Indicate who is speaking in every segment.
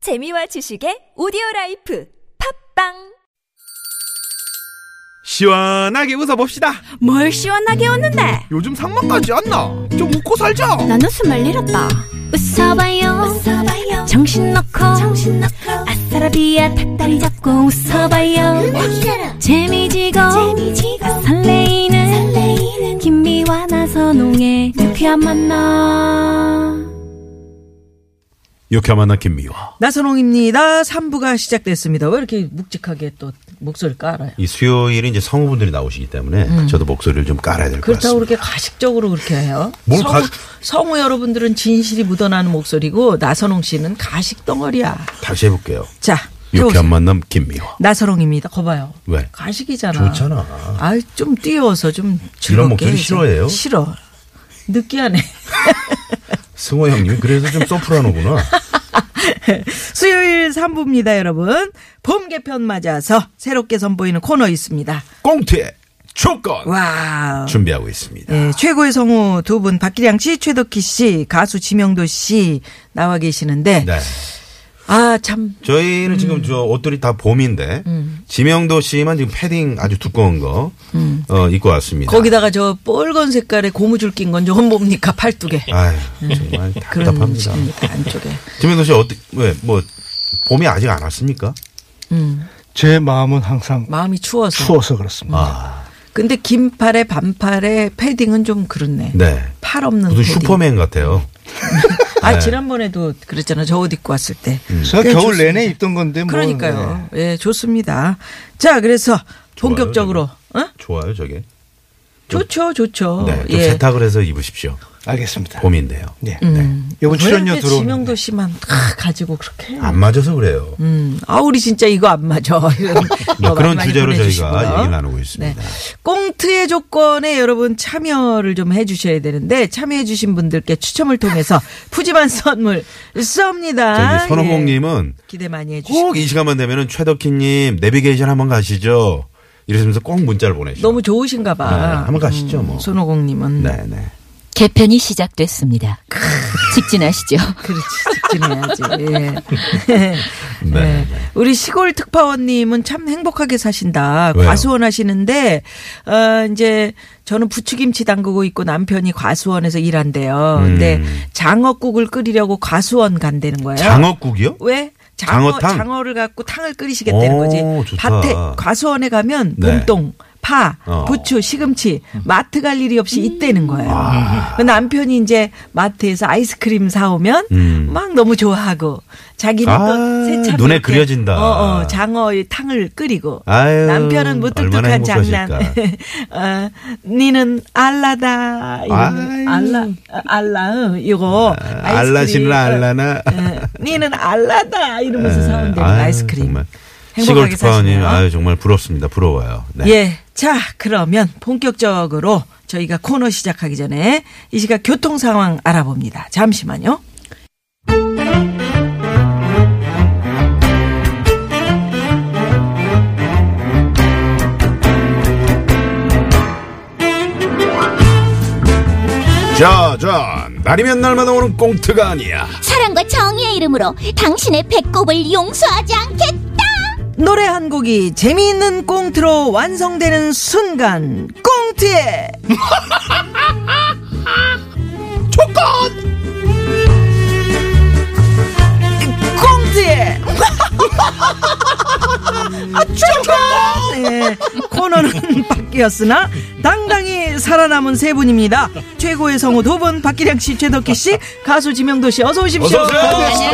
Speaker 1: 재미와 지식의 오디오 라이프 팝빵
Speaker 2: 시원하게 웃어봅시다.
Speaker 3: 뭘 시원하게 웃는데
Speaker 2: 요즘 상만까지 안 나. 좀 웃고 살자.
Speaker 3: 난 웃음을 잃었다 웃어봐요, 정신 놓고 아싸라비아 닭다리 잡고 웃어봐요 재미지고, 설레이는, 김미와 나선홍의 유쾌한 만남
Speaker 2: 유쾌한 만나 김미화.
Speaker 4: 나선홍입니다. 3부가 시작됐습니다. 왜 이렇게 묵직하게 또 목소리를 깔아요?
Speaker 5: 이 수요일에 이제 성우분들이 나오시기 때문에 저도 목소리를 좀 깔아야 될 것
Speaker 4: 음. 그렇다고
Speaker 5: 같습니다.
Speaker 4: 그렇게 가식적으로 그렇게 해요?
Speaker 5: 뭘
Speaker 4: 성우,
Speaker 5: 가-
Speaker 4: 성우 여러분들은 진실이 묻어나는 목소리고 나선홍 씨는 가식 덩어리야.
Speaker 5: 다시 해볼게요.
Speaker 4: 자,
Speaker 5: 유쾌한
Speaker 4: 들어오세요.
Speaker 5: 만남 김미화.
Speaker 4: 나선홍입니다. 거봐요.
Speaker 5: 왜?
Speaker 4: 가식이잖아.
Speaker 5: 좋잖아.
Speaker 4: 아이 좀 띄워서 좀
Speaker 5: 이런
Speaker 4: 즐겁게
Speaker 5: 목소리
Speaker 4: 해야죠.
Speaker 5: 싫어해요?
Speaker 4: 싫어. 느끼하네.
Speaker 5: 승호 형님 그래서 좀 소프라노구나.
Speaker 4: 수요일 3부입니다, 여러분. 봄 개편 맞아서 새롭게 선보이는 코너 있습니다.
Speaker 5: 꽁트의 조건
Speaker 4: 와우.
Speaker 5: 준비하고 있습니다.
Speaker 4: 예, 최고의 성우 두 분, 박기량 씨, 최덕희 씨, 가수 지명도 씨 나와 계시는데,
Speaker 5: 네.
Speaker 4: 아, 참,
Speaker 5: 저희는
Speaker 4: 음.
Speaker 5: 지금 저 옷들이 다 봄인데 지명도 씨만 지금 패딩 아주 두꺼운 거 어, 입고 왔습니다.
Speaker 4: 음. 거기다가 저 빨간 색깔의 고무줄 낀 건 저건 뭡니까? 팔뚝에.
Speaker 5: 아유 정말
Speaker 4: 음. 그런
Speaker 5: 예. 답답합니다.
Speaker 4: 식입니다, 안쪽에.
Speaker 5: 지명도 씨 어떻게 왜뭐 봄이 아직 안 왔습니까?
Speaker 6: 제 마음은 항상
Speaker 4: 마음이 추워서.
Speaker 6: 추워서 그렇습니다.
Speaker 4: 근데 긴팔에 반팔에 패딩은 좀 그렇네.
Speaker 5: 네.
Speaker 4: 팔 없는
Speaker 5: 무슨
Speaker 4: 패딩.
Speaker 5: 슈퍼맨 네. 같아요.
Speaker 4: 아, 지난번에도 그랬잖아. 저 옷 입고 왔을 때.
Speaker 5: 음.
Speaker 6: 제가
Speaker 4: 꽤
Speaker 6: 겨울
Speaker 4: 좋습니다.
Speaker 6: 내내 입던 건데 뭐 네.
Speaker 4: 그러니까요. 예, 좋습니다. 자, 그래서 본격적으로, 어?
Speaker 5: 좋아요 저게.
Speaker 4: 좋죠, 좋죠.
Speaker 5: 네, 좀
Speaker 4: 예.
Speaker 5: 세탁을 해서 입으십시오.
Speaker 6: 알겠습니다.
Speaker 5: 봄인데요.
Speaker 6: 네.
Speaker 4: 음.
Speaker 6: 이번
Speaker 4: 왜
Speaker 6: 출연료
Speaker 4: 이렇게
Speaker 6: 들어오는
Speaker 4: 지명도 씨만 다 가지고 그렇게. 해요?
Speaker 5: 안 맞아서 그래요.
Speaker 4: 음, 아 우리 진짜 이거 안 맞아. 이런
Speaker 5: 네,
Speaker 4: 거
Speaker 5: 그런
Speaker 4: 많이
Speaker 5: 주제로
Speaker 4: 보내주시고요. 네.
Speaker 5: 저희가 얘기 나누고 있습니다.
Speaker 4: 꽁트의 조건에 여러분 참여를 좀 해주셔야 되는데 참여해주신 분들께 추첨을 통해서 푸짐한 선물 쏩니다.
Speaker 5: 저기 선호봉님은
Speaker 4: 예. 기대 많이
Speaker 5: 꼭
Speaker 4: 해주시고
Speaker 5: 이 시간만 되면은 최덕희님 내비게이션 한번 가시죠. 이러시면서 꼭 문자를 보내시죠.
Speaker 4: 너무 좋으신가봐. 음,
Speaker 5: 네, 한번 가시죠, 뭐.
Speaker 4: 손호공님은
Speaker 5: 네네.
Speaker 7: 개편이 시작됐습니다. 직진하시죠.
Speaker 4: 그렇지 직진해야지. 예.
Speaker 5: 네.
Speaker 4: 네. 우리 시골 특파원님은 참 행복하게 사신다.
Speaker 5: 왜요?
Speaker 4: 과수원 하시는데, 어, 이제 저는 부추김치 담그고 있고 남편이 과수원에서 일한대요. 근데 장어국을 끓이려고 과수원 간다는 거예요.
Speaker 5: 음. 장어국이요?
Speaker 4: 왜? 장어,
Speaker 5: 장어탕?
Speaker 4: 장어 를 갖고 탕을 끓이시겠다는
Speaker 5: 오,
Speaker 4: 거지.
Speaker 5: 좋다.
Speaker 4: 밭에, 과수원에 가면
Speaker 5: 네.
Speaker 4: 봄동, 파,
Speaker 5: 어. 음.
Speaker 4: 부추, 시금치, 마트 갈 일이 없이 있다는 거예요. 그 남편이 이제 마트에서 아이스크림 사오면
Speaker 5: 아. 음.
Speaker 4: 막 너무 좋아하고 자기는
Speaker 5: 아,
Speaker 4: 또 세차게
Speaker 5: 눈에 그려진다.
Speaker 4: 어, 어, 장어의 탕을 끓이고
Speaker 5: 아유,
Speaker 4: 남편은
Speaker 5: 얼마나
Speaker 4: 무뚝뚝한 장난.
Speaker 5: 행복하실까.
Speaker 4: 어, 니는 알라다.
Speaker 5: 아유.
Speaker 4: 이거는 알라, 아, 알라. 어, 이거
Speaker 5: 아, 알라시나 알라나.
Speaker 4: 예. 니는 알라다 이러면서
Speaker 5: 네.
Speaker 4: 사온대
Speaker 5: 아유,
Speaker 4: 아이스크림.
Speaker 5: 정말. 시골
Speaker 4: 행복하게
Speaker 5: 특파원님,
Speaker 4: 사시네요.
Speaker 5: 아유, 정말 부럽습니다. 부러워요. 네.
Speaker 4: 예. 자, 그러면 본격적으로 저희가 코너 시작하기 전에 이 시각 교통 상황 알아봅니다. 잠시만요.
Speaker 5: 자, 자, 날이면 날마다 오는 꽁트가 아니야.
Speaker 8: 사랑과 정의의 이름으로 당신의 배꼽을 용서하지 않겠다.
Speaker 4: 노래 한 곡이 재미있는 꽁트로 완성되는 순간 꽁트의 조건 꽁트의 아, 조건 네, 코너는 바뀌었으나 당당히 살아남은 세 분입니다 최고의 성우 두분 박기량 씨 최덕희 씨 가수 지명도 씨 어서 오십시오
Speaker 5: 어서 오세요. 안녕하세요.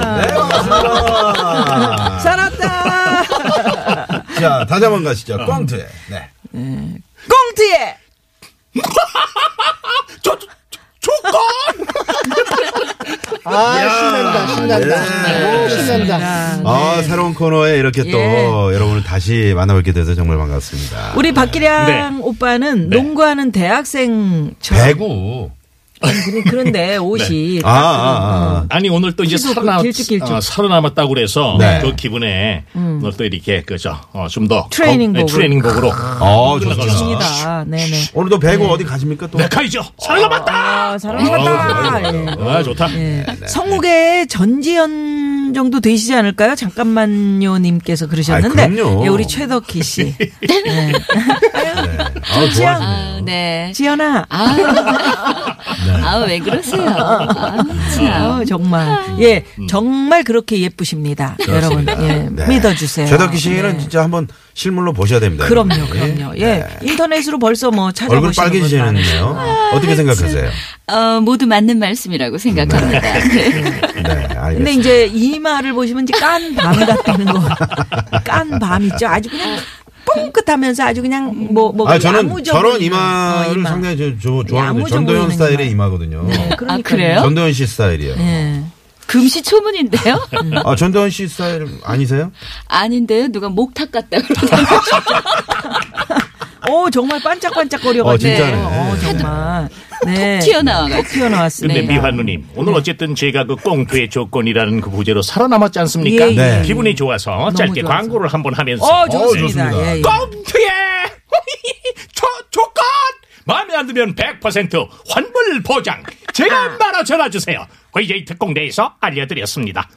Speaker 5: 네,
Speaker 4: 아, 살았다
Speaker 5: 자, 다시 한번 가시죠. 꽁트에. 네.
Speaker 4: 꽁트의
Speaker 6: 아 신난다 신난다 오, 신난다.
Speaker 5: 네. 아, 새로운 코너에 이렇게 또
Speaker 4: 예.
Speaker 5: 여러분을 다시 만나뵙게 돼서 정말 반갑습니다.
Speaker 4: 네. 우리 박기량 오빠는 농구하는 대학생처럼
Speaker 5: 배구.
Speaker 4: 그런- 그런데 옷이
Speaker 5: 아, 아, 아.
Speaker 9: 아니 오늘 또 이제
Speaker 4: 길쭉,
Speaker 9: 살아남
Speaker 4: 그 길쭉, 길쭉.
Speaker 9: 아, 살아남았다고 그래서
Speaker 5: 네.
Speaker 9: 그 기분에 오늘 또 이렇게 그죠 어, 좀더
Speaker 4: 트레이닝복으로. 아.
Speaker 9: 트레이닝복으로
Speaker 5: 어, 좋습니다.
Speaker 4: 입니다. 네네.
Speaker 5: 오늘도 배구 어디 가십니까 또?
Speaker 9: 메카이죠 네, 살아남았다
Speaker 4: 아. 아, 사랑받다.
Speaker 5: 어,
Speaker 4: 예.
Speaker 9: 아 좋다
Speaker 4: 예. 성국의 전지현 정도 되시지 않을까요? 잠깐만요 님께서 그러셨는데
Speaker 5: 아, 그럼요.
Speaker 4: 예, 우리 최덕희 씨.
Speaker 5: 아, 좋아하시네요.
Speaker 7: 아, 네.
Speaker 4: 지현아.
Speaker 7: 아, 아우 왜 그러세요? 아, 참.
Speaker 4: 아, 정말 예 정말 그렇게 예쁘십니다 여러분 예
Speaker 5: 네.
Speaker 4: 믿어주세요
Speaker 5: 최덕기 씨는
Speaker 4: 네.
Speaker 5: 진짜 한번 실물로 보셔야 됩니다.
Speaker 4: 그럼요
Speaker 5: 여러분들이.
Speaker 4: 그럼요 예 인터넷으로 벌써 뭐 찾아보시는 아,
Speaker 5: 얼굴 빨개지시는데요. 어떻게 생각하세요?
Speaker 7: 어, 모두 맞는 말씀이라고 생각합니다. 네.
Speaker 5: 네, 알겠습니다.
Speaker 4: 근데 이제 이마를 보시면 이제 깐 밤이 같다는 거깐 밤 있죠 아주 그냥 뻥끗하면서 아주 그냥 뭐뭐
Speaker 5: 아, 저는 저런 이마를 상당히 저, 저, 좋아하는데
Speaker 4: 어, 네, 야무져
Speaker 5: 전도연
Speaker 4: 보이는
Speaker 5: 스타일의
Speaker 4: 이마. 네,
Speaker 5: 이마거든요.
Speaker 7: 아, 그래요?
Speaker 5: 전도연 씨 스타일이요.
Speaker 4: 예.
Speaker 7: 금시초문인데요?
Speaker 5: 아, 전도연 씨 스타일 아니세요?
Speaker 7: 아닌데요? 누가 목탁 같다 그러던데.
Speaker 4: 오 어, 정말 반짝반짝거려가지고
Speaker 5: 어, 진짜네.
Speaker 4: 어, 정말 네.
Speaker 7: 튀어나와가지고.
Speaker 4: 튀어나왔습니다
Speaker 9: 근데 미환누님 오늘
Speaker 4: 네.
Speaker 9: 어쨌든 제가 그 꽁투의 조건이라는 그 부제로 살아남았지 않습니까?
Speaker 4: 예, 예,
Speaker 5: 네.
Speaker 9: 기분이 좋아서
Speaker 4: 너무
Speaker 9: 짧게
Speaker 4: 좋아서.
Speaker 9: 광고를 한번 하면서
Speaker 4: 어 좋습니다,
Speaker 5: 어, 좋습니다.
Speaker 4: 예, 예.
Speaker 9: 꽁투의 조, 조건 마음에 안 들면 100% 환불 보장 제가 말아 전화 주세요. VJ 특공대에서 알려드렸습니다.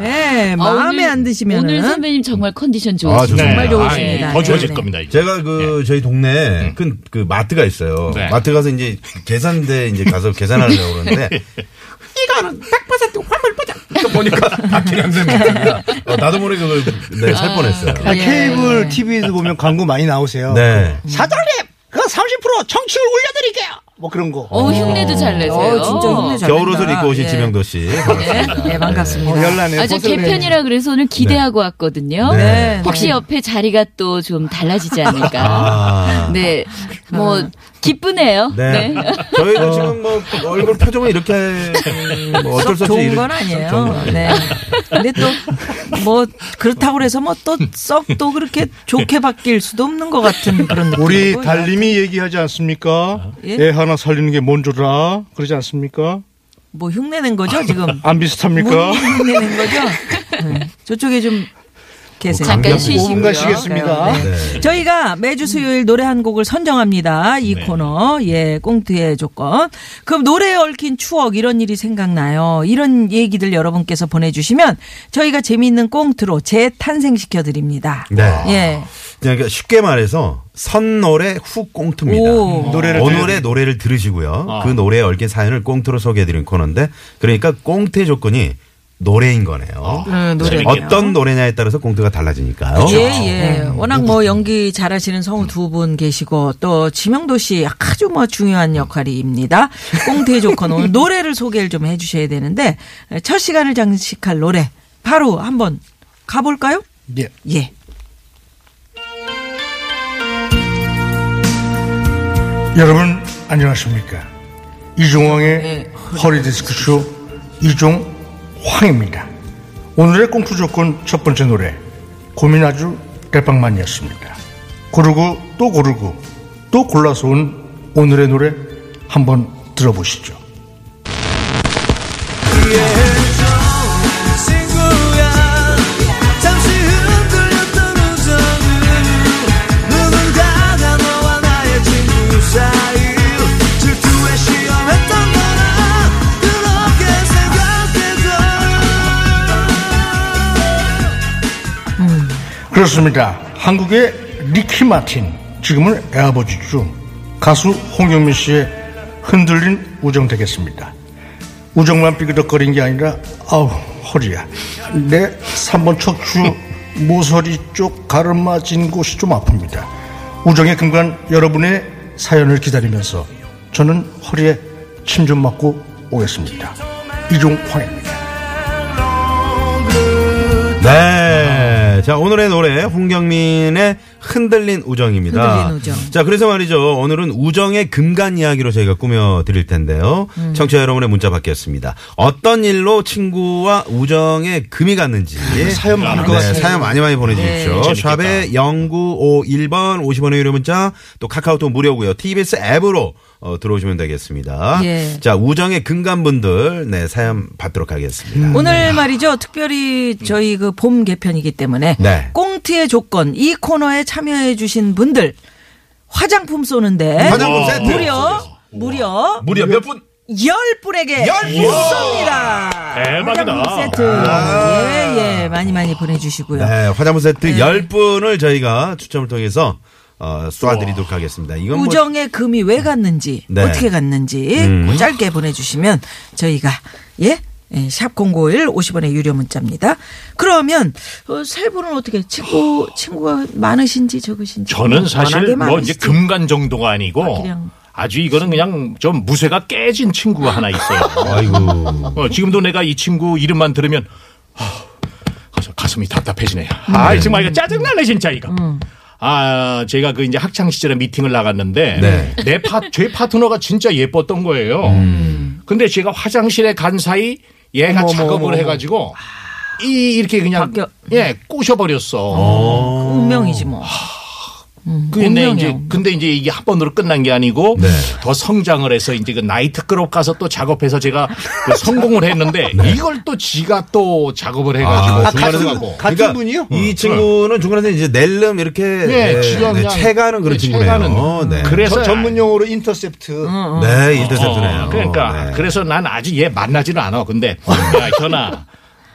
Speaker 4: 네,
Speaker 7: 아,
Speaker 4: 마음에
Speaker 7: 오늘-
Speaker 4: 안 드시면은
Speaker 7: 오늘 선배님 정말 컨디션 좋으시네요.
Speaker 5: 아, 좋습니다.
Speaker 4: 정말 좋으십니다.
Speaker 9: 아이, 더 좋아질
Speaker 4: 네.
Speaker 9: 겁니다. 이제.
Speaker 5: 제가 그 저희 동네에 큰 그 마트가 있어요.
Speaker 9: 네.
Speaker 5: 마트 가서 이제 계산대 이제 가서 계산하려고 그러는데 이거는 100% 환불 보장. 그 보니까 다 기량생이야. 아, 나도 모르게 그걸 네, 살 뻔했어요.
Speaker 6: 아,
Speaker 4: 네.
Speaker 6: 케이블 TV도 보면 광고 많이 나오세요.
Speaker 5: 네.
Speaker 6: 사장님, 그30% 청취율 올려드릴게요. 뭐 그런 거.
Speaker 7: 어, 흉내도 잘 내세요.
Speaker 4: 어, 진짜 흉내 잘
Speaker 5: 겨울옷을
Speaker 4: 낸다.
Speaker 5: 입고 오신
Speaker 4: 예.
Speaker 5: 지명도 씨. 반갑습니다.
Speaker 4: 네, 반갑습니다.
Speaker 6: 어, 열나네.
Speaker 7: 아주 개편이라 그래서 오늘 기대하고 왔거든요.
Speaker 5: 네.
Speaker 7: 혹시 옆에 자리가 또 좀 달라지지 않을까.
Speaker 5: 아.
Speaker 7: 네. 뭐,
Speaker 4: 아.
Speaker 7: 기쁘네요.
Speaker 5: 네.
Speaker 7: 네.
Speaker 5: 저희도 지금 뭐 얼굴 표정은 이렇게 뭐 어쩔 수 없이
Speaker 4: 좋은
Speaker 5: 이렇게
Speaker 4: 건
Speaker 5: 좋은
Speaker 4: 아니에요.
Speaker 5: 건
Speaker 4: 네. 근데 또 뭐 그렇다고 그래서 뭐 또 썩 또 그렇게 좋게 바뀔 수도 없는 것 같은 그런 느낌.
Speaker 6: 우리 달님이 얘기하지 않습니까?
Speaker 4: 예?
Speaker 6: 애 하나 살리는 게 뭔 줄 알아? 그러지 않습니까?
Speaker 4: 뭐 흉내낸 거죠 지금.
Speaker 6: 안 비슷합니까?
Speaker 4: 문이 흉내낸 거죠. 네. 저쪽에 좀 계세요.
Speaker 7: 잠깐 쉬시고요.
Speaker 6: 5분간 쉬겠습니다.
Speaker 5: 네.
Speaker 4: 저희가 매주 수요일 노래 한 곡을 선정합니다. 이
Speaker 5: 네.
Speaker 4: 코너 예 꽁트의 조건. 그럼 노래에 얽힌 추억 이런 일이 생각나요. 이런 얘기들 여러분께서 보내주시면 저희가 재미있는 꽁트로 재탄생시켜 드립니다.
Speaker 5: 네.
Speaker 4: 예.
Speaker 5: 그러니까 쉽게 말해서 선노래 후 꽁트입니다. 음.
Speaker 4: 오.
Speaker 5: 노래를
Speaker 6: 노래를
Speaker 5: 오늘의 노래를 들으시고요. 그 노래에 얽힌 사연을 꽁트로 소개해드리는 코너인데 그러니까 꽁트의 조건이 노래인 거네요.
Speaker 4: 음, 노래.
Speaker 5: 어떤 노래냐에 따라서 꽁트가 달라지니까요. 음.
Speaker 4: 예, 예. 워낙 뭐 연기 잘하시는 성우 두 분 계시고 또 지명도 씨 아주 뭐 중요한 역할입니다. 꽁태 조건 오늘 노래를 소개를 좀 해주셔야 되는데 첫 시간을 장식할 노래 바로 한번 가볼까요?
Speaker 6: 예.
Speaker 4: 예.
Speaker 6: 여러분 안녕하십니까 이종황의 허리디스크쇼 이종황입니다 오늘의 꽁투 조건 첫 번째 노래 고민 아주 대박만이었습니다 고르고 또 고르고 또 골라서 온 오늘의 노래 한번 들어보시죠 그렇습니다. 한국의 니키 마틴, 지금은 애아버지죠. 가수 홍영민 씨의 흔들린 우정 되겠습니다. 우정만 삐그덕거린 게 아니라, 아우, 허리야. 내 3번 척추 모서리 쪽 가르마진 곳이 좀 아픕니다. 우정의 근간 여러분의 사연을 기다리면서 저는 허리에 침 좀 맞고 오겠습니다. 이종황입니다.
Speaker 5: 네. 자, 오늘의 노래, 홍경민의 흔들린 우정입니다.
Speaker 4: 흔들린 우정.
Speaker 5: 자, 그래서 말이죠. 오늘은 우정의 금간 이야기로 저희가 꾸며드릴 텐데요.
Speaker 4: 음.
Speaker 5: 청취자 여러분의 문자 받겠습니다. 어떤 일로 친구와 우정에 아, 금이 갔는지. 사연 많을 것 같아요. 사연 많이 많이 보내주십시오.
Speaker 9: 네.
Speaker 5: 샵에 0951번 50원의 유료 문자 또 카카오톡 무료고요. TBS 앱으로 어, 들어오시면 되겠습니다.
Speaker 4: 예.
Speaker 5: 자, 우정의 금간분들, 네, 사연 받도록 하겠습니다.
Speaker 4: 오늘 말이죠. 특별히 저희 그 봄 개편이기 때문에
Speaker 5: 네.
Speaker 4: 꽁트의 조건 이 코너에 참여해 주신 분들 화장품 쏘는데
Speaker 5: 화장품 세트.
Speaker 4: 무려 무려
Speaker 5: 무려 몇 분?
Speaker 4: 열 분에게
Speaker 5: 열 분!
Speaker 4: 쏩니다.
Speaker 9: 대박이다. 아.
Speaker 4: 화장품 세트 예예 많이 많이 보내주시고요.
Speaker 5: 네, 화장품 세트 10분을 저희가 추첨을 통해서 어, 쏴드리도록 하겠습니다. 이건 뭐
Speaker 4: 우정의 금이 왜 갔는지
Speaker 5: 네.
Speaker 4: 어떻게 갔는지
Speaker 9: 음.
Speaker 4: 짧게 보내주시면 저희가 예. 예, 샵 051, 50원의 유료 문자입니다. 그러면, 어, 세 분은 어떻게, 친구, 친구가 많으신지 적으신지.
Speaker 9: 저는 사실
Speaker 4: 워낙에
Speaker 9: 뭐 이제
Speaker 4: 많으시지.
Speaker 9: 금간 정도가 아니고
Speaker 4: 그냥.
Speaker 9: 아주 이거는 그냥 좀 무쇠가 깨진 친구가 하나 있어요.
Speaker 5: 아이고.
Speaker 9: 어, 지금도 내가 이 친구 이름만 들으면 아, 가슴이 답답해지네요. 아, 정말 이거 짜증나네 진짜 이거.
Speaker 4: 음.
Speaker 9: 아, 제가 그 이제 학창 시절에 미팅을 나갔는데
Speaker 5: 네.
Speaker 9: 내 파, 제 파트너가 진짜 예뻤던 거예요. 근데 제가 화장실에 간 사이 얘가 작업을 해가지고 이 이렇게 그냥
Speaker 4: 바뀌어.
Speaker 9: 예 꼬셔버렸어.
Speaker 4: 운명이지 뭐.
Speaker 9: 근데
Speaker 4: 운명이야,
Speaker 9: 이제
Speaker 4: 운명.
Speaker 9: 근데 이제 이게 한 번으로 끝난 게 아니고
Speaker 5: 네.
Speaker 9: 더 성장을 해서 이제 그 나이트 클럽 가서 또 작업해서 제가 그 성공을 했는데
Speaker 6: 네.
Speaker 9: 이걸 또 지가 또 작업을 해가지고
Speaker 5: 아,
Speaker 9: 중간에서
Speaker 5: 같은
Speaker 9: 뭐
Speaker 5: 같은 분이요? 이 친구는 중간에 이제 낼름 이렇게
Speaker 9: 예, 지가 그냥-
Speaker 5: 채가는 그런
Speaker 9: 예,
Speaker 5: 친구네요.
Speaker 9: 채가는.
Speaker 5: 네.
Speaker 9: 그래서 전문
Speaker 6: 전문용어로 인터셉트.
Speaker 5: 네, 인터셉트네요.
Speaker 9: 그러니까
Speaker 5: 네.
Speaker 9: 그래서 난 아직 얘 만나지는 않아. 근데 야, 현아.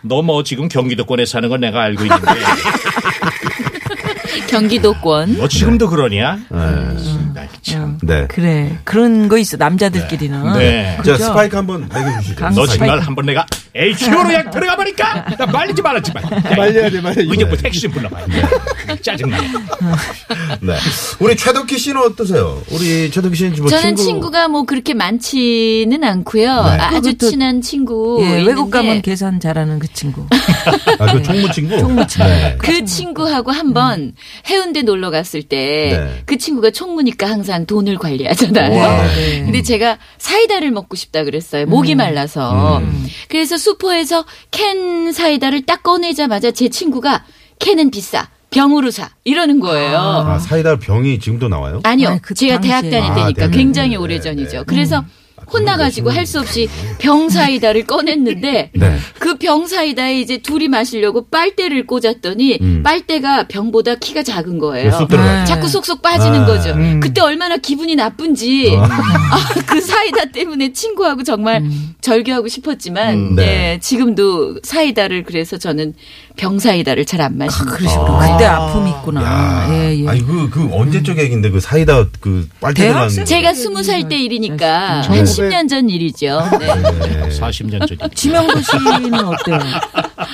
Speaker 9: 너 뭐 지금 경기도권에 사는 건 내가 알고 있는데
Speaker 7: 경기도권.
Speaker 6: 네.
Speaker 9: 너 지금도 그러냐? 음, 나 참.
Speaker 5: 네.
Speaker 4: 그래. 그런 거 있어. 남자들끼리는.
Speaker 9: 네.
Speaker 5: 자,
Speaker 4: 그죠?
Speaker 5: 스파이크 한번 내려 주시죠.
Speaker 4: 강-
Speaker 9: 너
Speaker 4: 스파이크.
Speaker 9: 정말 한번 내가 HO로 약 들어가 버릴까? 나 말리지 말았지 말.
Speaker 6: 말려야 돼, 말려야 돼.
Speaker 9: 이제 뭐 택시 좀 불러봐. 짜증나.
Speaker 5: 네. 우리 최덕희 씨는 어떠세요? 우리 최덕희 씨는 뭐
Speaker 7: 저는
Speaker 5: 친구... 네.
Speaker 7: 친구... 가뭐 그렇게 많지는 않고요. 아주
Speaker 4: 그것도-
Speaker 7: 친한 친구.
Speaker 9: 네.
Speaker 4: 예, 외국
Speaker 7: 있는데
Speaker 4: 가면 계산 잘하는 그 친구.
Speaker 5: 아, 그 총무 친구. 총무 친구. 네.
Speaker 7: 그 친구하고 한번 해운대 놀러 갔을 때
Speaker 5: 네.
Speaker 7: 그 친구가 총무니까 항상 돈을 관리하잖아요.
Speaker 4: 네.
Speaker 7: 근데 제가 사이다를 먹고 싶다 그랬어요. 목이 말라서. 그래서 수포에서 캔 사이다를 딱 꺼내자마자 제 친구가 캔은 비싸. 병으로 사. 이러는 거예요.
Speaker 5: 아, 사이다 병이 지금도 나와요?
Speaker 7: 아니요.
Speaker 4: 아니, 그
Speaker 7: 제가 대학
Speaker 4: 당시에.
Speaker 7: 다닐
Speaker 5: 아,
Speaker 7: 때니까
Speaker 5: 네네.
Speaker 7: 굉장히
Speaker 5: 네,
Speaker 7: 오래전이죠.
Speaker 5: 네.
Speaker 7: 그래서 혼나가지고 할 수 없이 병 사이다를 꺼냈는데
Speaker 5: 네.
Speaker 7: 그 병 사이다에 이제 둘이 마시려고 빨대를 꽂았더니 빨대가 병보다 키가 작은 거예요.
Speaker 5: 쑥 음. 들어가요.
Speaker 7: 자꾸 속속 빠지는
Speaker 5: 아. 음.
Speaker 7: 거죠. 그때 얼마나 기분이 나쁜지 아, 그 사이다 때문에 친구하고 정말 절교하고 싶었지만
Speaker 5: 음, 네.
Speaker 7: 예, 지금도 사이다를 그래서 저는 병 사이다를 잘 안
Speaker 5: 아,
Speaker 7: 마십니다.
Speaker 4: 그러시구나. 그때 아픔이 있구나.
Speaker 5: 야.
Speaker 4: 예, 예.
Speaker 5: 아니 그, 그 언제적 얘기인데 그 사이다 그 빨대 들어간
Speaker 4: 대학생?
Speaker 7: 제가 스무 살 때
Speaker 5: 네.
Speaker 7: 일이니까 한 10년 전 일이죠. 네.
Speaker 4: 예.
Speaker 9: 40년 전이.
Speaker 4: 지명도 씨는 어때요?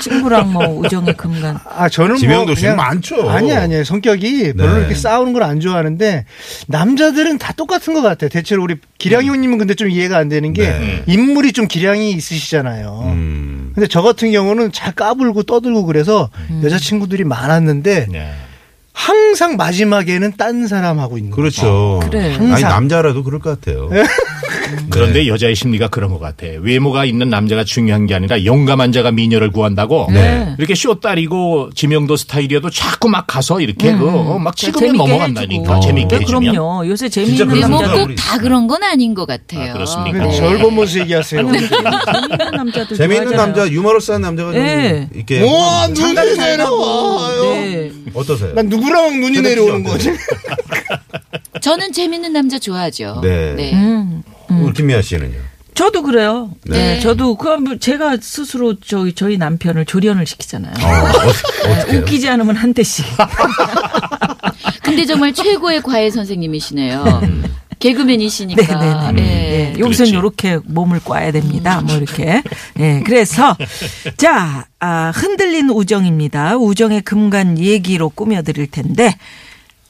Speaker 4: 친구랑 뭐 우정의 금간.
Speaker 6: 아, 저는
Speaker 5: 지명도
Speaker 6: 뭐
Speaker 5: 씨 많죠.
Speaker 6: 아니, 아니에요. 성격이 별로
Speaker 5: 네.
Speaker 6: 이렇게 싸우는 걸 안 좋아하는데, 남자들은 다 똑같은 것 같아요. 대체로 우리 기량이 형님은 근데 좀 이해가 안 되는 게,
Speaker 5: 네.
Speaker 6: 인물이 좀 기량이 있으시잖아요.
Speaker 5: 음.
Speaker 6: 근데 저 같은 경우는 잘 까불고 떠들고 그래서 여자친구들이 많았는데,
Speaker 9: 네.
Speaker 6: 항상 마지막에는 딴 사람하고 있는 거죠.
Speaker 5: 그렇죠.
Speaker 4: 어, 그래.
Speaker 5: 아니 남자라도 그럴 것 같아요.
Speaker 6: 네.
Speaker 5: 네.
Speaker 9: 그런데
Speaker 4: 네.
Speaker 9: 여자의 심리가 그런 것 같아. 외모가 있는 남자가 중요한 게 아니라 용감한 자가 미녀를 구한다고.
Speaker 5: 네.
Speaker 9: 이렇게 쇼딸이고 지명도 스타일이어도 자꾸 막 가서 이렇게 그막 찍으면
Speaker 4: 음. 네, 재밌게
Speaker 9: 넘어간다니까.
Speaker 4: 해주고.
Speaker 9: 재미있게
Speaker 4: 네,
Speaker 9: 해주면.
Speaker 4: 그럼요. 요새
Speaker 5: 진짜
Speaker 4: 재미있는
Speaker 5: 그런
Speaker 7: 근데 뭐
Speaker 5: 남자가
Speaker 7: 꼭
Speaker 5: 우리-
Speaker 7: 다 그런 건 아닌 것 같아요.
Speaker 9: 아, 그렇습니까?
Speaker 6: 네, 절 보면서 얘기하세요.
Speaker 4: 재미있는 남자들
Speaker 5: 재미있는
Speaker 4: 좋아하잖아요.
Speaker 5: 남자, 유머러스한 남자가 좀
Speaker 4: 네.
Speaker 6: 예.
Speaker 5: 이렇게
Speaker 6: 와,
Speaker 5: 뭐
Speaker 6: 눈이
Speaker 5: 상당히 잘
Speaker 6: 내려와요.
Speaker 4: 네.
Speaker 5: 어떠세요?
Speaker 6: 음. 난 누구랑 눈이
Speaker 5: 근데
Speaker 6: 내려오는
Speaker 5: 진짜
Speaker 6: 거지?
Speaker 9: 네.
Speaker 7: 저는 재밌는 남자 좋아하죠.
Speaker 5: 네. 우리 어, 김미아 씨는요.
Speaker 4: 음. 저도 그래요. 네. 저도 그 제가 스스로 저희 저희 남편을 조련을 시키잖아요.
Speaker 5: 어떻게
Speaker 4: 웃기지 않으면 한 대씩.
Speaker 7: 근데 정말 최고의 과외 선생님이시네요.
Speaker 9: 음.
Speaker 7: 개그맨이시니까.
Speaker 4: 네네네.
Speaker 7: 예.
Speaker 4: 예, 여기서는 요렇게 몸을 꽈야 됩니다. 뭐 이렇게. 예, 그래서 자, 아, 흔들린 우정입니다. 우정의 금간 얘기로 꾸며 드릴 텐데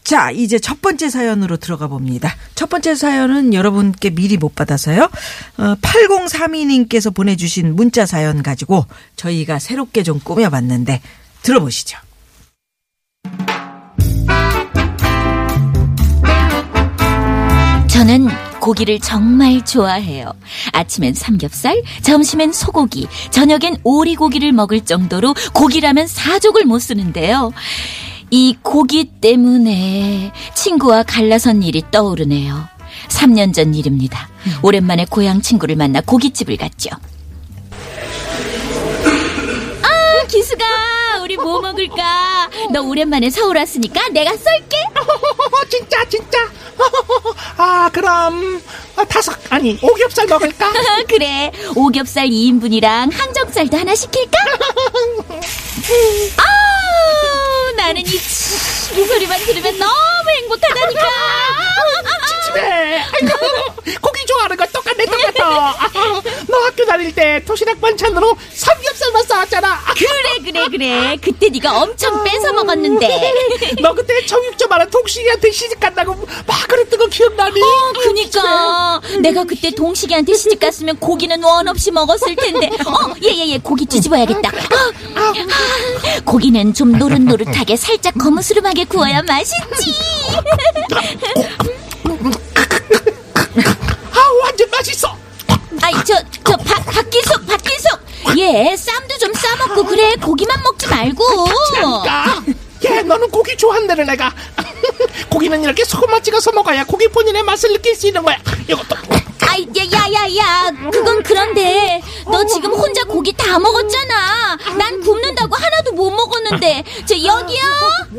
Speaker 4: 자, 이제 첫 번째 사연으로 들어가 봅니다. 첫 번째 사연은 여러분께 미리 못 받아서요. 어, 8032님께서 보내주신 문자 사연 가지고 저희가 새롭게 좀 꾸며봤는데 들어보시죠.
Speaker 8: 네. 저는 고기를 정말 좋아해요. 아침엔 삼겹살, 점심엔 소고기, 저녁엔 오리고기를 먹을 정도로 고기라면 사족을 못 쓰는데요. 이 고기 때문에 친구와 갈라선 일이 떠오르네요. 3년 전 일입니다. 오랜만에 고향 친구를 만나 고깃집을 갔죠. 아, 기수가 우리 뭐 먹을까? 너 오랜만에 서울 왔으니까 내가 쏠게.
Speaker 9: 진짜 진짜. 아 그럼 다섯 아니 오겹살 먹을까?
Speaker 8: 그래 오겹살 2인분이랑 항정살도 하나 시킬까? 아 나는 이 치- 이 소리만 들으면 너무 행복하다니까
Speaker 9: 네. 아이고 고기 좋아하는 거 똑같네 똑같아. 아, 너 학교 다닐 때 도시락 반찬으로 삼겹살만 싸왔잖아.
Speaker 8: 그래 그래 그래 그때 네가 엄청 뺏어 먹었는데
Speaker 9: 너 그때 정육점 하나 동식이한테 시집 간다고 막 그랬던 거 기억나니?
Speaker 8: 어 그니까 내가 그때 동식이한테 시집 갔으면 고기는 원 없이 먹었을 텐데 어 예예예 고기 뒤집어야겠다 아, 아, 고기는 좀 노릇노릇하게 살짝 거무스름하게 구워야 맛있지
Speaker 9: 아 완전 맛있어.
Speaker 8: 아니 저저 박기숙 박기숙 얘 쌈도 좀 싸먹고 그래 고기만 먹지 말고
Speaker 9: 그러니까. 얘 너는 고기 좋아한다는 애가. 고기는 이렇게 소금만 찍어서 먹어야 고기 본인의 맛을 느낄 수 있는 거야. 이것도
Speaker 8: 아이 야야야야 그건 그런데 너 지금 혼자 고기 다 먹었잖아 난 굶는다고 하나도 못 먹었는데 저 여기요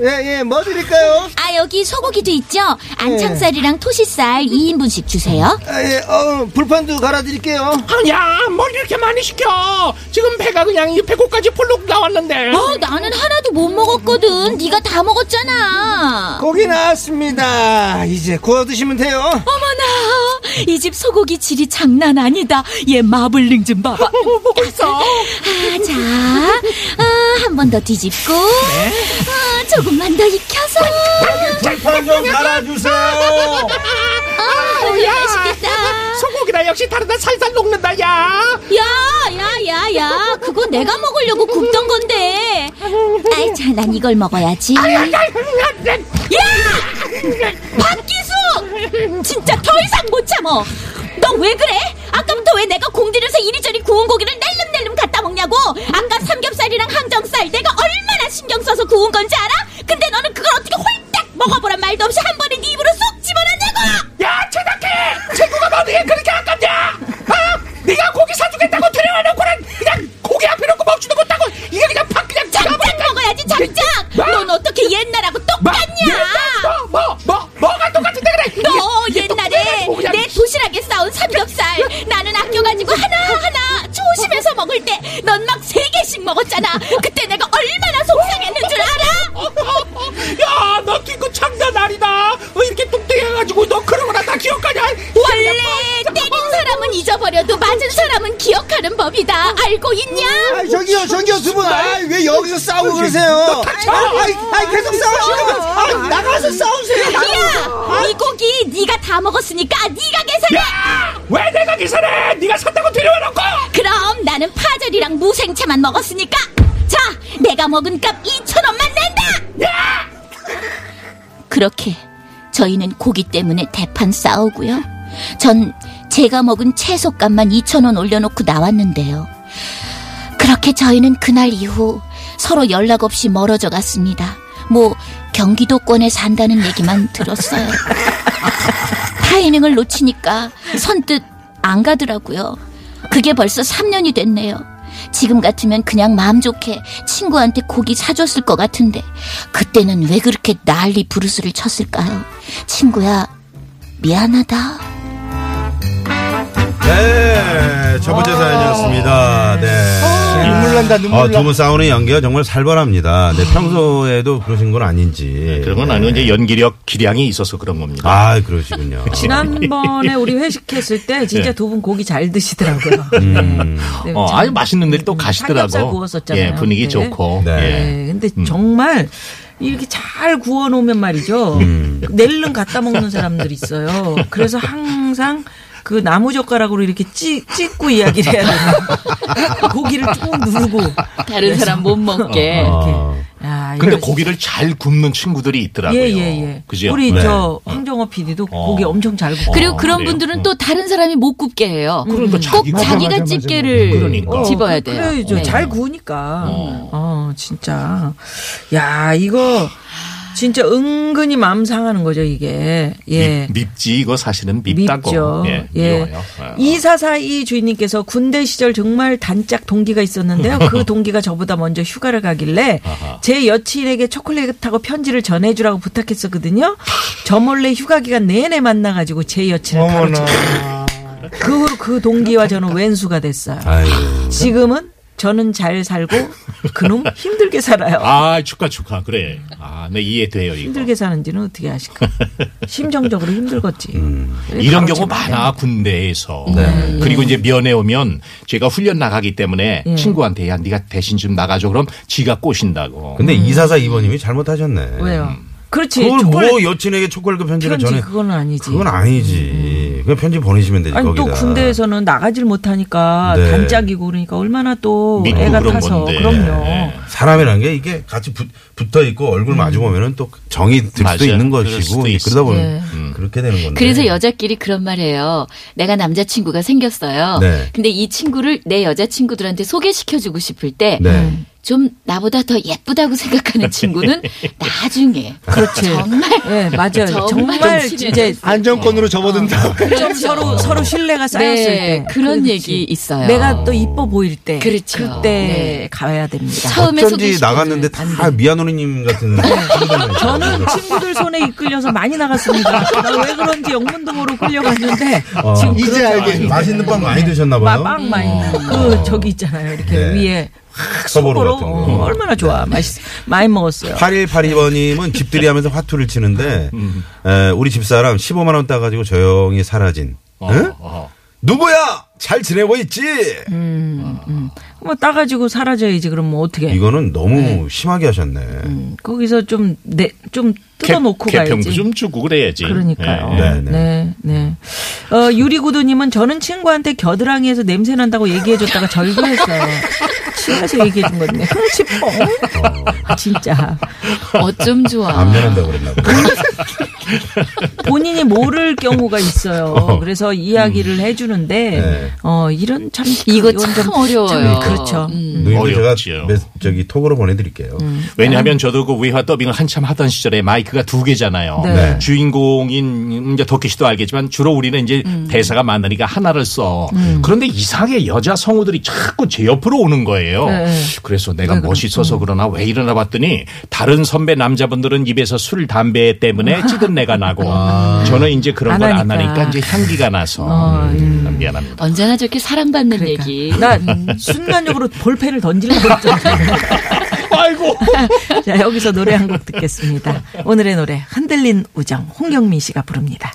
Speaker 10: 예, 예, 뭐 드릴까요?
Speaker 8: 아 여기 소고기도 있죠 안창살이랑 토시살 2인분씩 주세요
Speaker 10: 아, 예, 어, 불판도 갈아드릴게요.
Speaker 9: 아니야 뭘 이렇게 많이 시켜. 지금 배가 그냥 이 배고까지 볼록 나왔는데.
Speaker 8: 어 나는 하나도 못 먹었거든 네가 다 먹었잖아
Speaker 10: 고기 나왔습니다. 이제 구워 드시면 돼요.
Speaker 8: 어머나 이 집 소고기 질이 장난 아니다 얘 마블링 좀 봐봐
Speaker 9: 보고 뭐 있어.
Speaker 8: 아, 자, 어, 한 번 더 뒤집고, 아, 조금만 더 익혀서.
Speaker 10: 불판 좀 갈아주세요.
Speaker 8: 아, 맛있겠다.
Speaker 9: 소고기나 역시 다르다 살살 녹는다 야.
Speaker 8: 야, 야, 야, 야, 그거 내가 먹으려고 굽던 건데. 아이, 자, 난 이걸 먹어야지. 야, 박기수, 진짜 더 이상 못 참어. 너 왜 그래? 아까부터 왜 내가 공들여서 이리저리 구운 고기를 낼름낼름 갖다 먹냐고? 아까 삼겹살이랑 항정살 내가 얼마나 신경 써서 구운 건지 알아? 근데 너는 그걸 어떻게 홀딱 먹어보란 말도 없이 한 번에 네 입으로 쏙 집어넣냐고!
Speaker 9: 야 최덕기 친구가 너 어떻게 그렇게 아깝냐? 아 네가 고기 사주겠다고 데려와 놓고는 그냥 고기 앞에 놓고 먹지도 못하고 이게 그냥 팍 그냥 네. 뭐?
Speaker 8: 장작 먹어야지 장작! 넌 어떻게 옛날하고 똑같냐?
Speaker 9: 뭐뭐뭐 뭐, 뭐가 똑같은데 그래?
Speaker 8: 너 옛날에
Speaker 9: 뭐
Speaker 8: 내 도시락에 싸온 삼겹살 나는 아껴가지고 하나하나 조심해서 먹을 때 넌 막 세 개씩 먹었잖아 그때 내가 얼마나 속상했는 줄 알아?
Speaker 9: 야, 너 뒷구 장난 아니다. 어, 이렇게 뚱뚱해가지고 너 그런 거나 다 기억하냐?
Speaker 8: 원래 때린 사람은 잊어버려도 맞은 사람은 기억하는 법이다 알고 있냐?
Speaker 10: 아, 저기요, 저기요, 두 분. 아, 왜 여기서 싸우고 그러세요? 아, 아, 계속 싸우시면 아, 나가서 싸우세요.
Speaker 6: 어?
Speaker 8: 야! 이 고기 네가 다 먹었으니까 네가 계산해!
Speaker 9: 야, 왜 내가 기사래? 네가 샀다고 데려와놓고.
Speaker 8: 그럼 나는 파절이랑 무생채만 먹었으니까 자 내가 먹은 값 2천 원만 낸다 그렇게 저희는 고기 때문에 대판 싸우고요 전 제가 먹은 채소값만 2천 원 올려놓고 나왔는데요 그렇게 저희는 그날 이후 서로 연락 없이 멀어져 갔습니다 뭐 경기도권에 산다는 얘기만 들었어요 타이밍을 놓치니까 선뜻 안 가더라고요. 그게 벌써 3년이 됐네요. 지금 같으면 그냥 마음 좋게 친구한테 고기 사줬을 것 같은데 그때는 왜 그렇게 난리 부르스를 쳤을까요? 친구야 미안하다.
Speaker 5: 네, 첫
Speaker 6: 아.
Speaker 5: 번째 사연이었습니다. 네.
Speaker 6: 눈물 난다,
Speaker 9: 아,
Speaker 6: 눈물
Speaker 5: 어,
Speaker 6: 난다.
Speaker 5: 두 분 싸우는 연기가 정말 살벌합니다.
Speaker 4: 아.
Speaker 5: 네, 평소에도 그러신 건 아닌지.
Speaker 9: 네, 그런 건 아니고 이제 연기력 기량이 있어서 그런 겁니다.
Speaker 5: 아, 그러시군요.
Speaker 4: 지난번에 우리 회식했을 때 진짜
Speaker 9: 예.
Speaker 4: 두 분 고기 잘 드시더라고요. 네.
Speaker 9: 어,
Speaker 4: 참.
Speaker 9: 아주 맛있는 데또 가시더라고.
Speaker 4: 삼겹살 구웠었잖아요.
Speaker 9: 예, 분위기
Speaker 4: 네.
Speaker 9: 좋고.
Speaker 5: 네.
Speaker 9: 예.
Speaker 4: 네, 근데 정말 이렇게 잘 구워
Speaker 9: 음.
Speaker 4: 놓으면 말이죠. 낼름 갖다 먹는 사람들 있어요. 그래서 항상 그 나무 젓가락으로 이렇게 찌, 찍고 이야기를 해야 되나 고기를 쭉 누르고
Speaker 7: 다른 사람
Speaker 9: 아,
Speaker 7: 못 먹게.
Speaker 5: 어.
Speaker 4: 야,
Speaker 9: 근데
Speaker 4: 이거
Speaker 9: 고기를 잘 굽는 친구들이 있더라고요.
Speaker 4: 예, 예, 예.
Speaker 9: 그죠? 음.
Speaker 4: 우리
Speaker 5: 네.
Speaker 4: 저 황정호 PD도
Speaker 9: 어.
Speaker 4: 고기 엄청 잘 굽고.
Speaker 7: 그리고 그런
Speaker 9: 그래요?
Speaker 7: 분들은
Speaker 9: 어.
Speaker 7: 또 다른 사람이 못 굽게 해요.
Speaker 9: 그러니까
Speaker 7: 꼭
Speaker 9: 자기가
Speaker 7: 자기가
Speaker 10: 맞아, 맞아.
Speaker 7: 집게를
Speaker 9: 그러니까.
Speaker 7: 집어야 돼요.
Speaker 4: 그래야죠.
Speaker 7: 네.
Speaker 4: 잘 구우니까.
Speaker 9: 어.
Speaker 4: 어. 진짜. 야, 이거 진짜 은근히 마음 상하는 거죠, 이게. 예.
Speaker 9: 밉, 지 이거 사실은 밉다고.
Speaker 4: 밉죠.
Speaker 9: 예.
Speaker 4: 예.
Speaker 9: 미워요. 어.
Speaker 4: 이사사이 주인님께서 군대 시절 정말 단짝 동기가 있었는데요. 그 동기가 저보다 먼저 휴가를 가길래 제 여친에게 초콜릿하고 편지를 전해주라고 부탁했었거든요. 저 몰래 휴가 기간 내내 만나가지고 제 여친을
Speaker 6: 어머나.
Speaker 4: 가로챘어요. 그 후로 그 동기와 저는 왼수가 됐어요.
Speaker 5: 아이고.
Speaker 4: 지금은 저는 잘 살고 그놈 힘들게 살아요.
Speaker 9: 아, 축하, 축하. 그래. 아, 네, 이해돼요, 이거.
Speaker 4: 힘들게 사는지는 어떻게 아실까? 심정적으로 힘들겠지. 네. 예.
Speaker 9: 이런 경우 많아 군대에서 네. 그리고 이제 면회 오면 제가 훈련 나가기 때문에 친구한테 야 네가 대신 좀 나가줘 그럼 지가 꼬신다고
Speaker 5: 근데 2442번님이 잘못하셨네.
Speaker 4: 음. 왜요? 그렇지.
Speaker 5: 그걸
Speaker 4: 초콜릿
Speaker 5: 뭐 여친에게 초콜릿 편지를
Speaker 4: 편지
Speaker 5: 전해.
Speaker 4: 그건 아니지.
Speaker 5: 그건 아니지. 그냥 편지 보내시면 되지.
Speaker 4: 예. 음. 아니 또
Speaker 5: 네, 거기다.
Speaker 4: 군대에서는 나가질 못하니까
Speaker 5: 네.
Speaker 4: 단짝이고 그러니까 얼마나 또
Speaker 9: 믿고
Speaker 4: 애가
Speaker 9: 그런
Speaker 4: 타서
Speaker 9: 건데.
Speaker 4: 그럼요.
Speaker 9: 네.
Speaker 5: 사람이라는 게 이게 같이 붙, 붙어 있고 얼굴
Speaker 4: 음.
Speaker 5: 마주 보면은 또 정이 들 수도
Speaker 9: 맞아요.
Speaker 5: 있는
Speaker 9: 그럴
Speaker 5: 것이고
Speaker 9: 수도
Speaker 5: 이제
Speaker 9: 있어.
Speaker 5: 그러다 보면
Speaker 4: 예.
Speaker 5: 음. 그렇게 되는 건데.
Speaker 7: 그래서 여자끼리 그런 말 해요. 내가 남자친구가 생겼어요.
Speaker 5: 네.
Speaker 7: 근데 이 친구를 내 여자친구들한테 소개시켜주고 싶을 때,
Speaker 4: 음.
Speaker 5: 네.
Speaker 7: 좀 나보다 더 예쁘다고 생각하는 친구는 나중에.
Speaker 5: 그렇죠.
Speaker 4: 그렇지. 정말. 네, 맞아요.
Speaker 7: 정말
Speaker 4: 정말
Speaker 7: 좀 네,
Speaker 4: 이제
Speaker 10: 안정권으로 접어든다.
Speaker 4: 좀 서로 서로 신뢰가 쌓였을
Speaker 7: 네,
Speaker 4: 때
Speaker 7: 그런
Speaker 4: 그렇지.
Speaker 7: 얘기 있어요.
Speaker 4: 내가 또 이뻐 보일 때
Speaker 7: 그렇죠.
Speaker 4: 그때 가야 됩니다.
Speaker 7: 처음에
Speaker 5: 어쩐지
Speaker 7: 소개시켜줘요.
Speaker 5: 나갔는데 다 미아노리님 같은 친구들만 있어요.
Speaker 4: 네. 저는 친구들 손에 이끌려서 많이 나갔습니다. 나 왜 그런지 영문동으로 끌려갔는데
Speaker 5: 어.
Speaker 4: 지금
Speaker 10: 이제 알겠네.
Speaker 5: 맛있는 빵 많이 드셨나 봐요.
Speaker 4: 막빵 많이 그 저기 있잖아요. 이렇게
Speaker 5: 네.
Speaker 4: 위에 확
Speaker 5: 서버로
Speaker 4: 속으로
Speaker 5: 같은 거.
Speaker 4: 어, 얼마나 좋아. 맛있 많이 먹었어요.
Speaker 5: 8182번님은 집들이 하면서 화투를 치는데 에, 우리 집사람 15만 원 따가지고 조용히 사라진.
Speaker 9: 어,
Speaker 5: 응?
Speaker 9: 어.
Speaker 5: 누구야? 잘 지내고 있지?
Speaker 4: 뭐 따가지고 사라져야지 그럼 뭐 어떻게?
Speaker 5: 이거는 너무 심하게 하셨네.
Speaker 4: 음, 거기서 좀 내 좀 뜯어놓고
Speaker 9: 개- 개평도
Speaker 4: 가야지.
Speaker 9: 좀 주고 그래야지
Speaker 4: 그러니까요.
Speaker 9: 예, 예.
Speaker 5: 네,
Speaker 4: 네, 네. 어, 유리구두님은 저는 친구한테 겨드랑이에서 냄새 난다고 얘기해줬다가 절교했어요. 취해서 얘기해준 건데. 흥치 뻥. 아,
Speaker 5: 어.
Speaker 4: 진짜.
Speaker 7: 어쩜 좋아.
Speaker 5: 안 변한다고 그랬나 보다.
Speaker 4: 본인이 모를 경우가 있어요. 그래서 이야기를 해주는데,
Speaker 5: 음. 네.
Speaker 4: 어, 이런 참.
Speaker 7: 이거
Speaker 4: 이건
Speaker 7: 참,
Speaker 4: 좀-
Speaker 7: 어려워요.
Speaker 4: 그렇죠.
Speaker 7: 음.
Speaker 5: 누님도 제가
Speaker 9: 어렵지요.
Speaker 5: 메, 저기 톡으로 보내드릴게요.
Speaker 9: 왜냐하면 저도 그 외화 더빙을 한참 하던 시절에 마이크가 두 개잖아요.
Speaker 4: 네.
Speaker 9: 주인공인 이제 덕기 씨도 알겠지만 주로 우리는 이제
Speaker 4: 음.
Speaker 9: 대사가 많으니까 하나를 써. 그런데 이상하게 여자 성우들이 자꾸 제 옆으로 오는 거예요.
Speaker 4: 네. 음.
Speaker 9: 그래서 내가 멋있어서 그러나 왜 이러나 봤더니 다른 선배 남자분들은 입에서 술 담배 때문에 찌든 내가 나고 저는 이제 그런
Speaker 4: 아. 안
Speaker 9: 걸 안
Speaker 4: 하니까. 아, 예.
Speaker 9: 하니까 이제 향기가 나서 음, 미안합니다.
Speaker 7: 언제나 저렇게 사랑받는
Speaker 4: 그러니까.
Speaker 7: 얘기.
Speaker 4: 나 순간적으로 볼펜을 던지려고 했잖아.
Speaker 9: 아이고.
Speaker 4: 자, 여기서 노래 한 곡 듣겠습니다. 오늘의 노래, 흔들린 우정, 홍경민 씨가 부릅니다.